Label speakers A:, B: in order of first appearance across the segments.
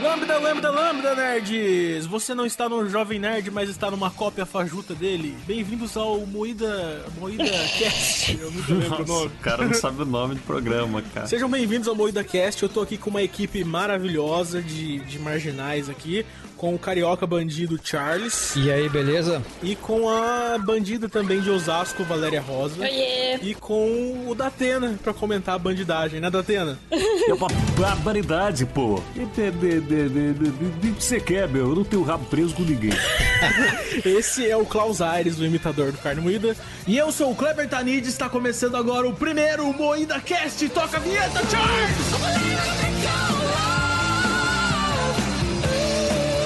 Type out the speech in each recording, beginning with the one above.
A: Lambda, lambda, lambda, nerds! Você não está no Jovem Nerd, mas está numa cópia fajuta dele. Bem-vindos ao Moída... Moída Cast. Eu nunca lembro o
B: Nossa,
A: nome.
B: o cara não sabe o nome do programa, cara.
A: Sejam bem-vindos ao Moída Cast. Eu tô aqui com uma equipe maravilhosa de, de marginais aqui. Com o carioca bandido Charles.
C: E aí, beleza?
A: E com a bandida também de Osasco, Valéria Rosa.
D: Oiê!
A: E com o Datena pra comentar a bandidagem, né, Datena?
B: É uma barbaridade, pô. O que você quer, meu? Eu não tenho rabo preso com ninguém.
A: Esse é o Klaus Aires, o imitador do Carne Moída. E eu sou o Kleber Tanid, está começando agora o primeiro Moída Cast. Toca a vinheta, Charles!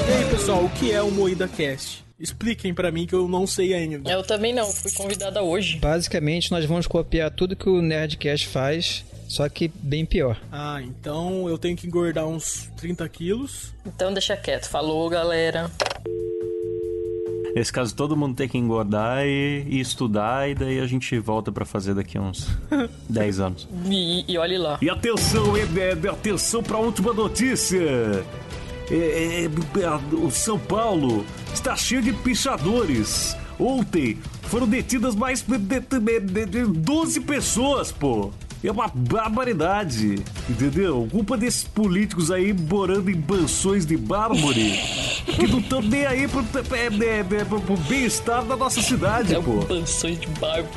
A: E aí, pessoal, o que é o Moída Cast? Expliquem pra mim que eu não sei ainda.
D: Eu também não, fui convidada hoje.
C: Basicamente, nós vamos copiar tudo que o Nerdcast faz, só que bem pior.
A: Ah, então eu tenho que engordar uns 30 quilos.
D: Então deixa quieto. Falou, galera.
B: Nesse caso, todo mundo tem que engordar e, e estudar, e daí a gente volta pra fazer daqui a uns 10 anos.
D: E, e olhe lá.
B: E atenção, hein, Bebe, atenção para a última notícia. É, é, é, o São Paulo está cheio de pichadores. Ontem foram detidas mais de- de- de- de 12 pessoas, pô. É uma barbaridade, entendeu? Culpa desses políticos aí morando em mansões de mármore que não estão nem aí pro, é, é, é, pro- pro bem-estar da nossa cidade,
D: É
B: pô.
A: Tipo-
D: um panções de bárbaro.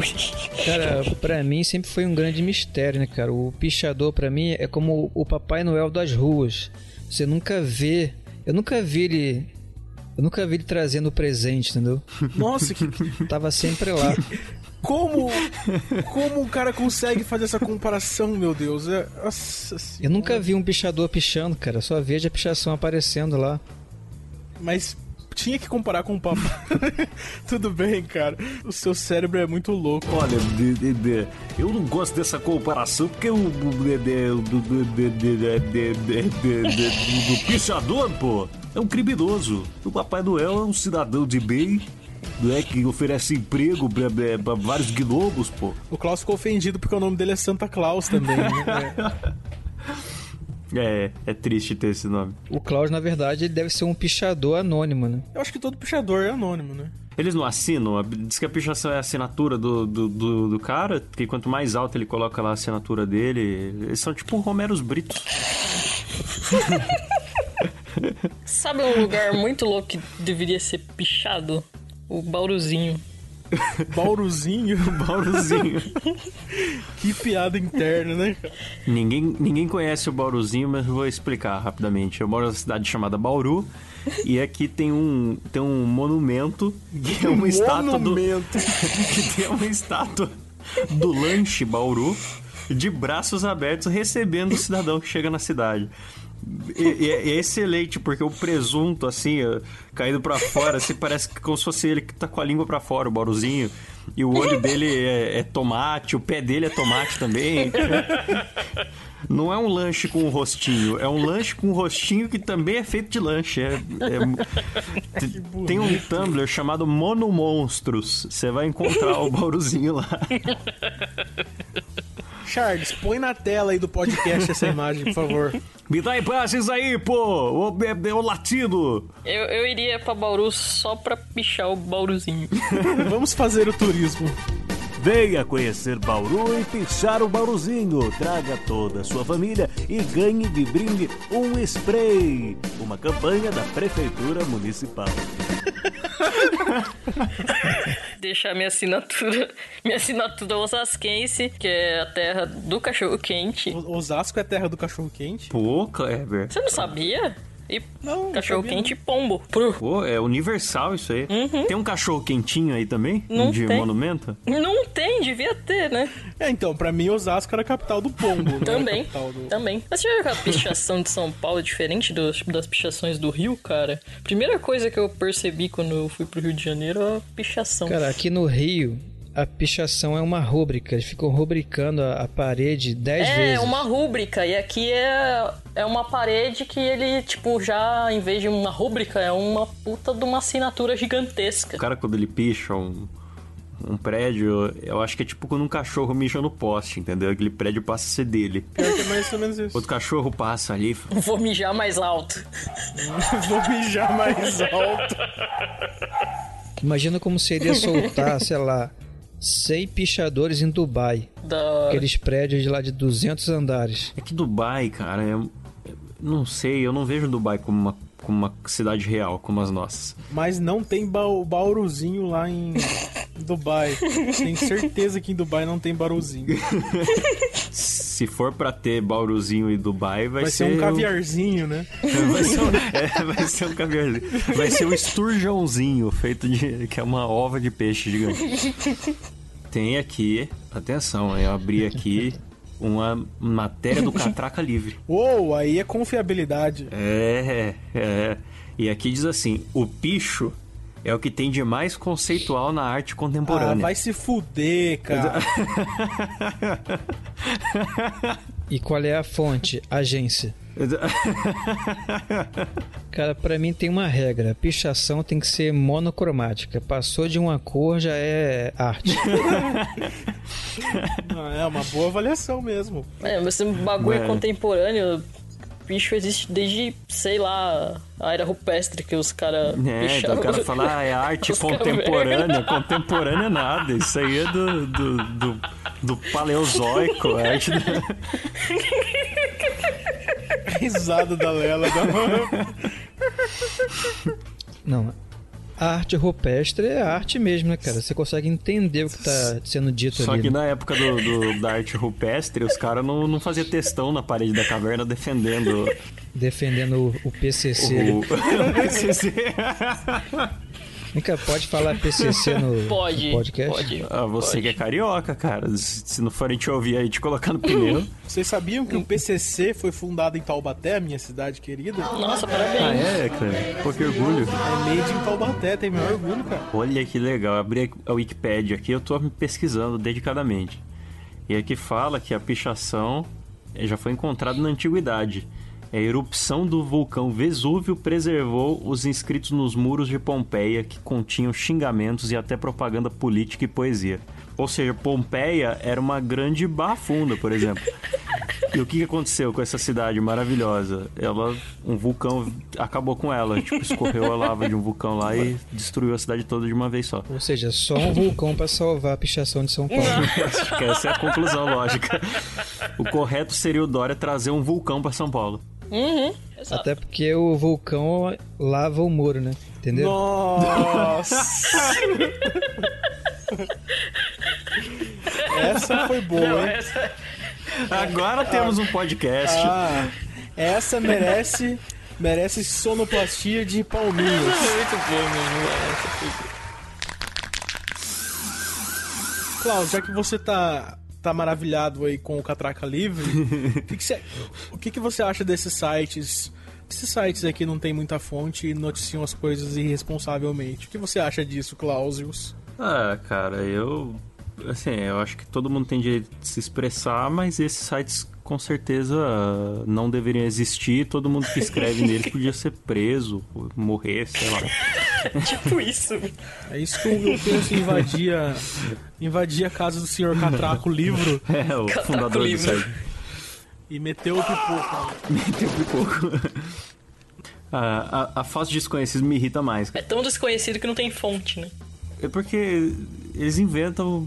C: Cara, pra mim sempre foi um grande mistério, né, cara? O pichador, pra mim, é como o Papai Noel das ruas. Você nunca vê. Eu nunca vi ele. Eu nunca vi ele trazendo presente, entendeu?
A: Nossa, que,
C: Tava sempre lá.
A: como como o cara consegue fazer essa comparação, meu Deus? É, nossa
C: Eu
A: senhora.
C: nunca vi um pichador pichando, cara. Só vejo a pichação aparecendo lá.
A: Mas tinha que comparar com o papai. Tudo bem, cara. O seu cérebro é muito louco.
B: Olha, de- de- de, eu não gosto dessa comparação porque o de- de- o do- do- de- de- de- de- de- de- de- do pichador, pô, é um criminoso. O Papai Noel é um cidadão de bem, né, que oferece emprego pra, pra- pra vários gnomos, pô.
A: O Klaus ficou ofendido porque o nome dele é Santa Claus também. né?
B: É, é triste ter esse nome.
C: O Klaus, na verdade, ele deve ser um pichador anônimo, né?
A: Eu acho que todo pichador é anônimo, né?
B: Eles não assinam? Diz que a pichação é a assinatura do, do, do, do cara, que quanto mais alto ele coloca lá a assinatura dele, eles são tipo Romeros Britos.
D: Sabe um lugar muito louco que deveria ser pichado? O Bauruzinho.
A: Bauruzinho,
B: Bauruzinho.
A: que piada interna, né? cara?
B: Ninguém, ninguém conhece o Bauruzinho, mas eu vou explicar rapidamente. Eu moro numa cidade chamada Bauru e aqui tem um, tem um monumento que é uma estátua do,
A: Um Monumento.
B: que tem uma estátua do lanche Bauru de braços abertos recebendo o cidadão que chega na cidade. E, e é- e é excelente, porque o presunto, assim, ó, caído pra fora, assim, parece que como se fosse ele que tá com a língua pra fora, o Bauruzinho. E o olho dele é, é tomate, o pé dele é tomate também. Não é um lanche com um rostinho, é um lanche com um rostinho que também é feito de lanche. É- é- te- tem um Tumblr chamado Mono Monstros. Você vai encontrar o Bauruzinho lá.
A: Charles, põe na tela aí do podcast essa imagem, por favor.
B: Me dá imagens aí, pô! O, é, é o latido!
D: Eu, eu iria pra Bauru só pra pichar o Bauruzinho.
A: Vamos fazer o turismo.
B: Venha conhecer Bauru e pichar o Bauruzinho. Traga toda a sua família e ganhe de brinde um spray. Uma campanha da Prefeitura Municipal.
D: Deixar minha assinatura. Minha assinatura osasquense, que é a terra do cachorro quente.
A: O- Osasco é terra do cachorro quente?
B: Pô, Kleber.
D: Você não sabia? E
A: Não, não
D: cachorro
A: sabia,
D: quente e pombo. Pru.
B: Pô, é universal isso aí. Tem um cachorro quentinho aí também?
D: Uhum. Não
B: de
D: tem.
B: monumento?
D: Não tem, devia ter, né?
A: É, então, pra mim Osasco era a capital do pombo. não era a
D: Também,
A: capital do-
D: também. Mas você já viu que a pichação de São Paulo é diferente dos- das pichações do Rio, cara? Primeira coisa que eu percebi quando eu fui pro Rio de Janeiro é a pichação.
C: Cara, aqui no Rio, a pichação é uma rúbrica. Eles ficam rubricando a, a parede dez
D: é
C: vezes.
D: uma rúbrica, e aqui é, é uma parede que ele, tipo, já, em vez de uma rúbrica, é uma puta de uma assinatura
B: O
D: gigantesca.
B: cara, quando ele picha um, um prédio, eu acho que é tipo quando um cachorro mija no poste, entendeu? Aquele prédio passa a ser dele.
A: Pior que é mais ou menos isso.
B: Outro cachorro passa ali e fala,
D: Vou mijar mais alto.
A: Vou mijar mais alto.
C: Imagina como seria soltar, sei lá, 100 pichadores em Dubai.
D: Da...
C: Aqueles prédios de lá de 200 andares.
B: É que Dubai, cara, é... é- não sei, eu não vejo Dubai como uma, como uma cidade real, como as nossas.
A: Mas não tem ba bauruzinho lá em Dubai. Tenho certeza que em Dubai não tem bauruzinho.
B: Se for pra ter Bauruzinho e Dubai, vai,
A: Vai ser um
B: o-
A: caviarzinho, né?
B: Vai ser um, é, vai ser um caviarzinho. Vai ser um esturjãozinho feito de. que é uma ova de peixe gigante. Tem aqui, atenção, eu abri aqui uma matéria do Catraca Livre.
A: Uou, aí é confiabilidade.
B: É, é. E aqui diz assim: o picho é o que tem de mais conceitual na arte
A: Ah,
B: contemporânea.
A: vai se fuder, cara.
C: E qual é a fonte? Agência. Cara, pra mim tem uma regra. Pichação tem que ser monocromática. Passou de uma cor já é arte.
A: Ah, é uma boa avaliação mesmo.
D: É, mas esse bagulho
B: Mano.
D: contemporâneo. Bicho existe desde, sei lá, a era rupestre que os caras.
B: É, então o cara fala, ah, é arte
D: Os caras
B: contemporânea. Contemporânea é nada. Isso aí é do, do, do, do paleozoico. é arte do-
A: Risada da Lela. Da...
C: Não. A arte rupestre é arte mesmo, né, cara? Você consegue entender o que tá sendo dito
B: Só
C: ali.
B: que
C: né?
B: na época do, do- da arte rupestre, os caras não, não faziam textão na parede da caverna defendendo
C: Defendendo o, o PCC.
B: o.
C: Nunca pode falar PCC no,
D: Pode.
C: no podcast?
D: Pode.
B: Ah, você que é carioca, cara. Se se não forem te ouvir aí te colocar no pneu.
A: Vocês sabiam que o PCC foi fundado em Taubaté, minha cidade querida?
D: Nossa, parabéns.
B: Ah, é, cara. Pô, que orgulho.
A: É made em Taubaté, tem meu orgulho, cara.
B: Olha que legal, abri a Wikipédia aqui, eu tô me pesquisando dedicadamente. E aqui fala que a pichação eh, já foi encontrada na antiguidade. É A erupção do vulcão Vesúvio preservou os inscritos nos muros de Pompeia, que continham xingamentos e até propaganda política e poesia. Ou seja, Pompeia era uma grande barra funda, por exemplo. E o que que aconteceu com essa cidade maravilhosa? Ela, um vulcão acabou com ela, tipo, escorreu a lava de um vulcão lá e destruiu a cidade toda de uma vez só.
C: Ou seja, só um vulcão pra salvar a pichação de São Paulo.
B: Acho que essa é a conclusão lógica. O correto seria o Dória trazer um vulcão pra São Paulo.
D: Uhum. Exato.
C: Até porque o vulcão lava o muro, né? Entendeu?
A: Nossa! Essa foi
D: é
A: boa, hein?
D: essa...
B: Agora temos um podcast.
A: Ah, essa merece, merece sonoplastia de palminhas.
D: é Muito bom mesmo, velho. Essa foi-
A: Klaus, já que você tá, tá maravilhado aí com o Catraca Livre, que que você- o que, que você acha desses sites? Esses sites aqui não tem muita fonte e noticiam as coisas irresponsavelmente. O que você acha disso, Clausius?
B: Ah, cara, eu. Assim, eu acho que todo mundo tem direito de se expressar, mas esses sites com certeza não deveriam existir. Todo mundo que escreve neles podia ser preso, morrer, sei lá.
D: Tipo isso.
A: É isso que eu penso em invadir a, invadir a casa do senhor Catraca o livro
B: É, o fundador do
D: livre.
B: site.
A: e meter o pipoca.
B: Meteu pipoco. Ah, a, a fase desconhecida me irrita mais,
D: É tão desconhecido que não tem fonte, né?
B: É porque eles inventam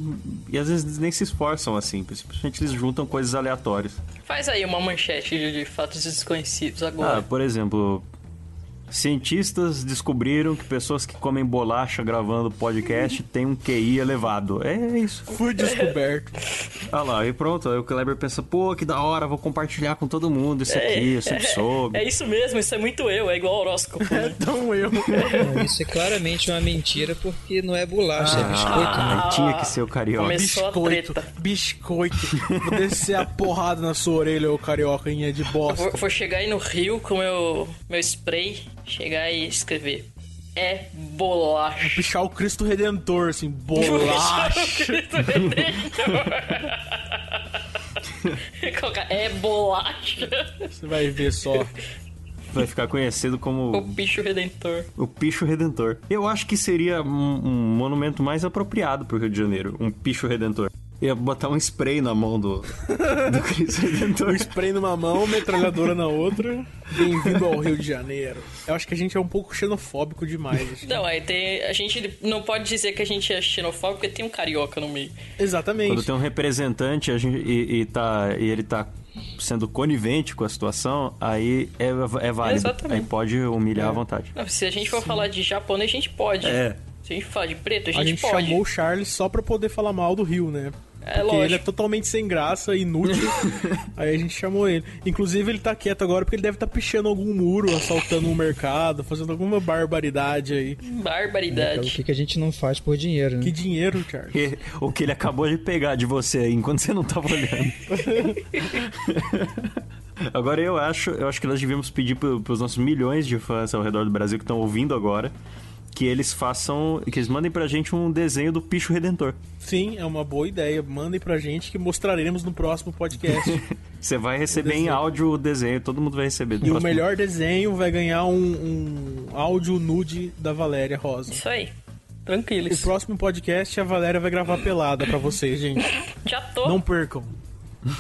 B: e às vezes nem se esforçam assim, simplesmente eles juntam coisas aleatórias.
D: Faz aí uma manchete de, de fatos desconhecidos
B: Ah,
D: agora.
B: por exemplo, cientistas descobriram que pessoas que comem bolacha gravando podcast têm um QI elevado. É isso.
A: Fui descoberto.
B: Ah lá, e pronto, aí o Kleber pensa, pô, que da hora, vou compartilhar com todo mundo isso aqui, eu sempre soube.
D: É isso mesmo, isso é muito eu, é igual horóscopo. né?
A: Então eu.
C: Não, Isso é claramente uma mentira porque não é bolacha, é biscoito. né?
B: Ah, aí tinha que ser o carioca.
D: Começou. É Só
A: Biscoito,
D: treta.
A: biscoito. Vou descer a porrada na sua orelha, ô carioquinha de bosta.
D: Vou, vou chegar aí no Rio com meu, meu spray, chegar e escrever. É bolacha.
A: Pichar o Cristo Redentor, assim, bolacha.
D: Colocar, é bolacha.
A: Você vai ver só.
B: Vai ficar conhecido como
D: O bicho redentor.
B: o Picho Redentor. Eu acho que seria um, um monumento mais apropriado pro Rio de Janeiro, um Picho Redentor. Ia botar um spray na mão do, do Cristo Redentor.
A: Spray numa mão, metralhadora na outra. Bem-vindo ao Rio de Janeiro. Eu acho que a gente é um pouco xenofóbico demais. assim.
D: Não, aí tem. A gente não pode dizer que a gente é xenofóbico porque tem um carioca no meio.
A: Exatamente.
B: Quando tem um representante a gente- e, e tá, e ele tá sendo conivente com a situação, aí é, é válido.
D: Exatamente.
B: Aí pode humilhar à vontade.
D: Não, se a gente for falar de japonês, a gente pode.
B: É.
D: Se a gente for falar de preto, a um gente,
A: A gente
D: pode.
A: chamou o Charles só pra poder falar mal do Rio, né?
D: É,
A: porque
D: lógico.
A: ele é totalmente sem graça, inútil. Aí a gente chamou ele. Inclusive, ele tá quieto agora porque ele deve estar tá pichando algum muro, assaltando um mercado, fazendo alguma barbaridade aí.
D: Hum.
C: É o
D: Barbaridade.
C: que, que a gente não faz por dinheiro, né?
A: Que dinheiro, Charles.
B: E- o que ele acabou de pegar de você aí, enquanto você não tava olhando. agora eu acho, eu acho que nós devíamos pedir pro, pros nossos milhões de fãs ao redor do Brasil que estão ouvindo agora que eles façam, que eles mandem pra gente um desenho do Picho Redentor.
A: Sim, é uma boa ideia. Mandem pra gente que mostraremos no próximo podcast.
B: Você vai receber em áudio o desenho, todo mundo vai receber. no
A: e o
B: próximo-
A: melhor desenho vai ganhar um, um áudio nude da Valéria Rosa.
D: Isso aí.
A: O
D: Tranquilos.
A: próximo podcast a Valéria vai gravar pelada pra vocês, gente.
D: Já tô.
A: Não percam.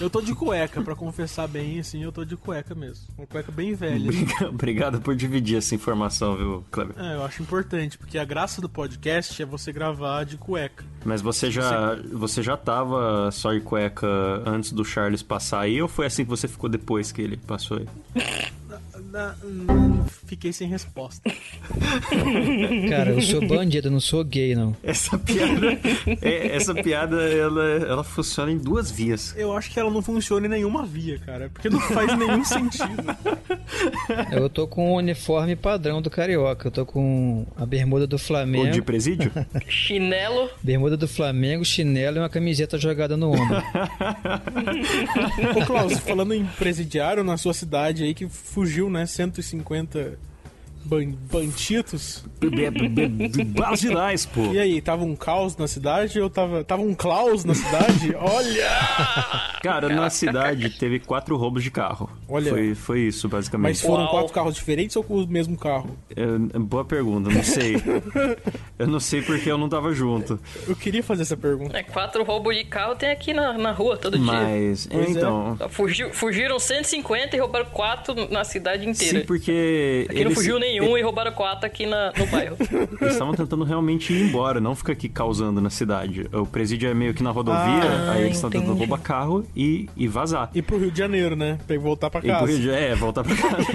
A: Eu tô de cueca, pra confessar bem, assim, eu tô de cueca mesmo. Uma cueca bem velha.
B: Obriga- Obrigado por dividir essa informação, viu, Kleber?
A: É, eu acho importante, porque a graça do podcast é você gravar de cueca.
B: Mas você já, você já tava só de cueca antes do Charles passar aí ou foi assim que você ficou depois que ele passou aí?
A: Na- na- fiquei sem resposta.
C: Cara, eu sou bandido, não sou gay, não.
B: Essa piada, é, essa piada ela, ela funciona em duas vias.
A: Eu acho que ela não funciona em nenhuma via, cara, porque não faz nenhum sentido.
C: Eu tô com o uniforme padrão do carioca. Eu tô com a bermuda do
B: Ou
C: Flamengo.
B: de presídio?
D: Chinelo.
C: Bermuda do Flamengo, chinelo e uma camiseta jogada no ombro.
A: Ô, Klaus, falando em presidiário na sua cidade aí, que fugiu, né, 150 ban bandidos.
B: Basilais, pô.
A: E aí, tava um caos na cidade ou tava, tava um Klaus na cidade? Olha!
B: Cara, na cidade teve quatro roubos de carro.
A: Olha.
B: Foi, foi isso,
A: Mas
B: basicamente.
A: foram
D: Uau.
A: quatro carros diferentes ou com o mesmo carro?
B: É, boa pergunta, não sei. eu não sei porque eu não tava junto.
A: Eu queria fazer essa pergunta.
D: É, quatro roubos de carro tem aqui na, na rua todo dia.
B: Mas, é,
A: Pois é.
B: então.
D: Fugiu, fugiram 150 e roubaram quatro na cidade inteira.
B: Sim, porque.
D: Aqui não fugiu nenhum e roubaram quatro aqui na, no bairro.
B: Eles estavam tentando realmente ir embora, não ficar aqui causando na cidade. O presídio é meio que na rodovia,
A: Ah,
B: aí eles estão tentando
D: entendi.
B: roubar carro e, e vazar.
A: E pro Rio de Janeiro, né? Pra ele voltar pra
B: E pro
A: casa.
B: Rio de- é, voltar pra casa.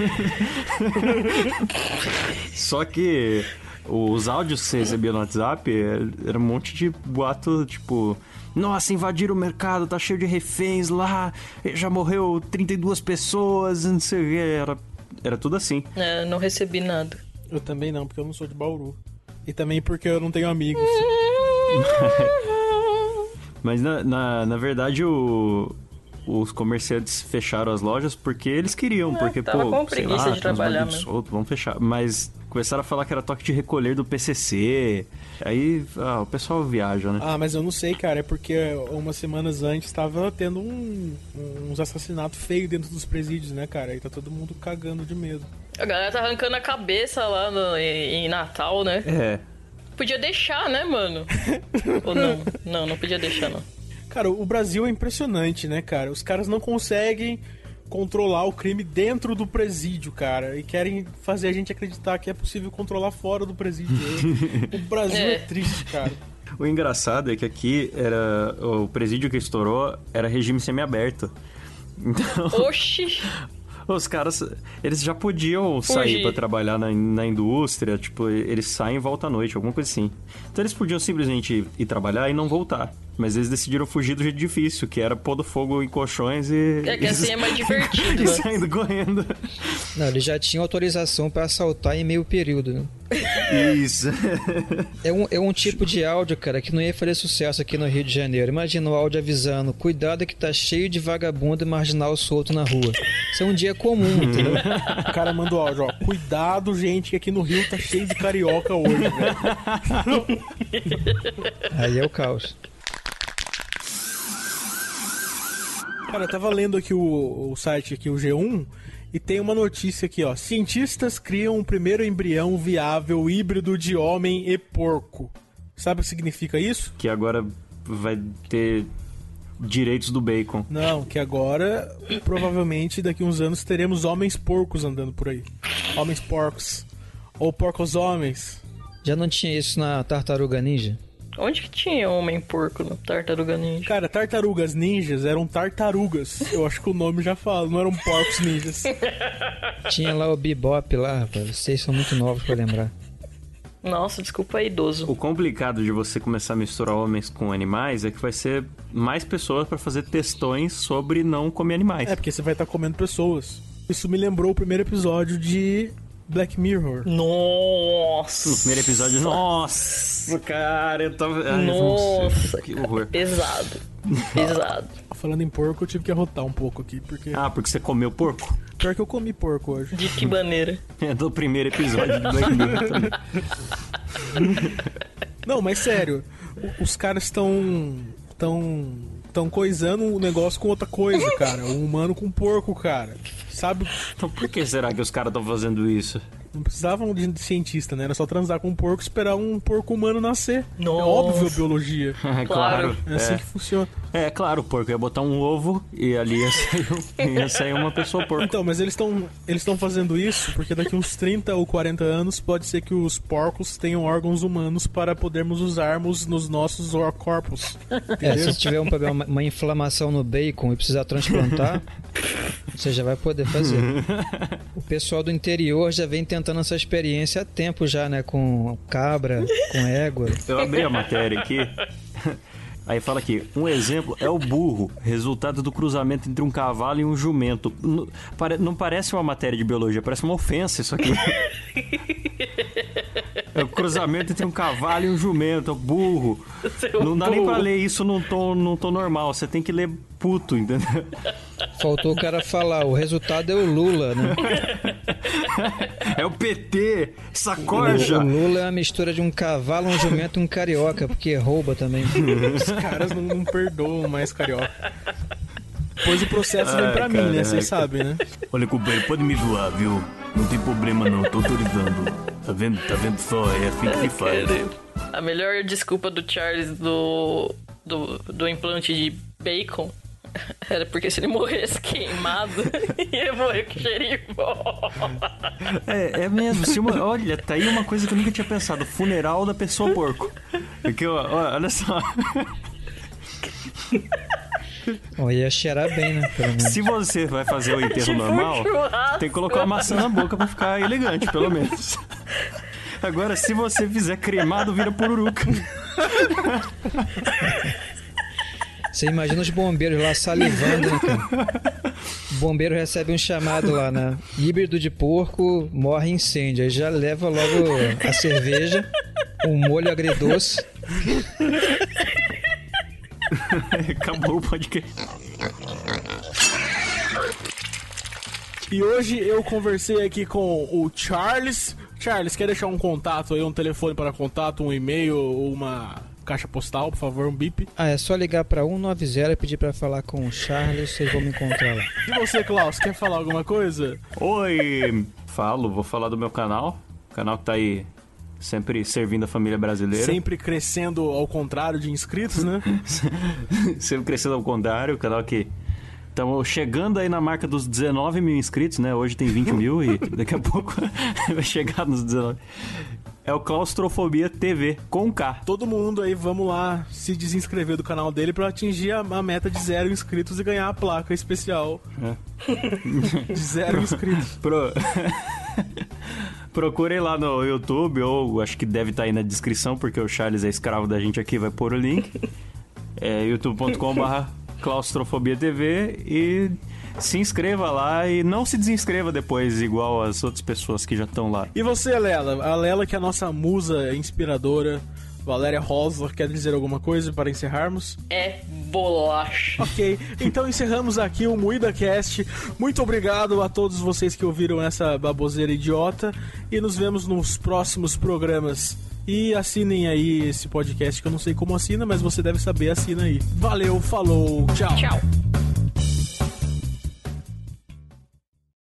B: Só que os áudios que você recebia no WhatsApp é, era um monte de boato, tipo. Nossa, invadiram o mercado, tá cheio de reféns lá, já morreu 32 pessoas, não sei o que. Era, era tudo assim.
D: É, não recebi nada.
A: Eu também não, porque eu não sou de Bauru. E também porque eu não tenho amigos.
B: Mas na, na, na verdade o- os comerciantes fecharam as lojas porque eles queriam, porque
D: É, tava
B: pô,
D: com
B: sei
D: preguiça
B: lá,
D: de
B: tem uns
D: trabalhar né?
B: bandidos
D: mesmo.
B: soltos, vamos fechar. Mas começaram a falar que era toque de recolher do PCC. Aí ah, o pessoal viaja, né?
A: Ah, mas eu não sei, cara. É porque umas semanas antes tava tendo um- uns assassinatos feios dentro dos presídios, né, cara? E tá todo mundo cagando de medo.
D: A galera tá arrancando a cabeça lá no- em, em Natal, né?
B: É.
D: Podia deixar, né, mano? Ou não? Não, não podia deixar, não.
A: Cara, o Brasil é impressionante, né, cara? Os caras não conseguem controlar o crime dentro do presídio, cara. E querem fazer a gente acreditar que é possível controlar fora do presídio. o Brasil é
D: É.
A: triste, cara.
B: O engraçado é que aqui era. O presídio que estourou era regime semiaberto. Então,
D: Oxi!
B: os caras, eles já podiam sair
D: Fugir.
B: pra trabalhar na, na indústria, tipo, eles saem e voltam à noite, alguma coisa assim. Então eles podiam simplesmente ir, ir trabalhar e não voltar. Mas eles decidiram fugir do jeito difícil, que era pôr do fogo em colchões e.
D: É que assim é mais divertido,
B: E
D: né?
B: saindo correndo.
C: Não, ele já tinha autorização pra assaltar em meio período. né?
B: Isso.
C: É um, é um tipo de áudio, cara, que não ia fazer sucesso aqui no Rio de Janeiro. Imagina o áudio avisando: cuidado que tá cheio de vagabundo e marginal solto na rua. Isso é um dia comum, entendeu?
A: O cara manda o áudio, ó. Cuidado, gente, que aqui no Rio tá cheio de carioca hoje, velho.
C: Aí é o caos.
A: Cara, eu tava lendo aqui o, o site aqui, o G1, e tem uma notícia aqui, ó. Cientistas criam o primeiro embrião viável híbrido de homem e porco. Sabe o que significa isso?
B: Que agora vai ter direitos do bacon.
A: Não, que agora, provavelmente, daqui uns anos, teremos homens porcos andando por aí. Homens porcos. Ou porcos homens.
C: Já não tinha isso na Tartaruga Ninja?
D: Onde que tinha homem porco no Tartaruga Ninja?
A: Cara, tartarugas ninjas eram tartarugas. Eu acho que o nome já fala, não eram porcos ninjas. É,
C: Tinha lá o Bebop lá, rapaz. Vocês são muito novos pra lembrar.
D: Nossa, desculpa aí, idoso.
B: O complicado de você começar a misturar homens com animais é que vai ser mais pessoas pra fazer testões sobre não comer animais.
A: É, porque você vai estar comendo pessoas. Isso me lembrou o primeiro episódio de Black Mirror.
D: Nossa!
B: No primeiro episódio, nossa, cara, eu tava. Ai,
D: Nossa,
B: que
D: cara,
B: horror.
D: pesado. Pesado.
A: Falando em porco, eu tive que arrotar um pouco aqui, porque.
B: Ah, porque você comeu porco?
A: Pior que eu comi porco hoje.
D: De que maneira?
B: É do primeiro episódio do Black Mirror também.
A: Não, mas sério, o- os caras estão. estão. estão coisando o negócio com outra coisa, cara. Um humano com um porco, cara. Sabe?
B: Então por que será que os caras estão fazendo isso?
A: Não precisavam de cientista, né? Era só transar com um porco e esperar um porco humano nascer. É
D: Nossa.
A: óbvio a biologia.
B: É
D: Claro.
A: É assim que funciona.
B: É, claro, o porco ia botar um ovo e ali ia sair, um- ia sair uma pessoa porco.
A: Então, mas eles estão eles estão fazendo isso porque daqui uns 30 ou 40 anos pode ser que os porcos tenham órgãos humanos para podermos usarmos nos nossos or- corpos.
C: É, se tiver um problema, uma- uma inflamação no bacon e precisar transplantar, você já vai poder fazer. O pessoal do interior já vem tentando essa experiência há tempo já, né? Com cabra, com égua.
B: Eu abri a matéria aqui. Aí fala aqui, um exemplo é o burro, resultado do cruzamento entre um cavalo e um jumento. N- pare- Não parece uma matéria de biologia, parece uma ofensa isso aqui. É o cruzamento entre um cavalo e um jumento, é o burro.
D: Seu
B: Não dá nem pra
D: burro.
B: ler isso num tom, num tom normal, você tem que ler puto, entendeu?
C: Faltou o cara falar, o resultado é o Lula, né?
B: É o PT,
C: O, o
B: sacoja.
C: Lula é uma mistura de um cavalo, um jumento e um carioca, porque rouba também.
A: Os caras não, não perdoam mais carioca. Pois o processo vem
B: Ai,
A: pra mim, né?
B: caraca.
A: Vocês sabem, né?
B: Olha, companheiro, pode me zoar, viu? Não tem problema não, tô autorizando. Tá vendo? Tá vendo só? É assim que se faz.
D: A melhor desculpa do Charles do, do, do implante de bacon era porque se ele morresse queimado, ia morrer com xeribol.
B: É, é mesmo. se uma- olha, tá aí uma coisa que eu nunca tinha pensado. Funeral da pessoa porco. Porque, ó, ó, olha só.
C: Ó, ia cheirar bem, né? Pelo menos.
B: Se você vai fazer o enterro
D: Tipo um
B: normal,
D: churrasco.
B: tem que colocar uma maçã na boca pra ficar elegante, pelo menos. Agora, se você fizer cremado, vira pururuca.
C: Você imagina os bombeiros lá salivando, né, cara? O bombeiro recebe um chamado lá, né? Híbrido de porco, morre em incêndio. Aí já leva logo a cerveja, um molho agridoce.
B: É, Acabou o podcast.
A: E hoje eu conversei aqui com o Charles. Charles, quer deixar um contato aí, um telefone para contato, um e-mail, uma caixa postal, por favor, um bip.
C: Ah, é só ligar pra 190 e pedir pra falar com o Charles, vocês vão me encontrar lá.
A: E você, Klaus, quer falar alguma coisa?
B: Oi! Falo, vou falar do meu canal. Canal que tá aí sempre servindo a família brasileira.
A: Sempre crescendo ao contrário de inscritos, né?
B: Sempre crescendo ao contrário, o canal que. Estamos chegando aí na marca dos 19 mil inscritos, né? Hoje tem 20 mil e daqui a pouco vai chegar nos 19. É o Claustrofobia TV, com K.
A: Todo mundo aí, vamos lá se desinscrever do canal dele pra atingir a, a meta de zero inscritos e ganhar a placa especial. de zero inscritos.
B: Pro... Procurem lá no YouTube, ou acho que deve estar aí na descrição, porque o Charles é escravo da gente aqui, vai pôr o link. É youtube.com.br claustrofobia TV e se inscreva lá e não se desinscreva depois, igual as outras pessoas que já estão lá.
A: E você, Lela? A Lela, que é a nossa musa inspiradora, Valéria Rosa, quer dizer alguma coisa para encerrarmos?
D: É bolacha.
A: Ok, então encerramos aqui o Moída Cast. Muito obrigado a todos vocês que ouviram essa baboseira idiota e nos vemos nos próximos programas. E assinem aí esse podcast que eu não sei como assina, mas você deve saber, assina aí. Valeu, falou, tchau.
D: Tchau.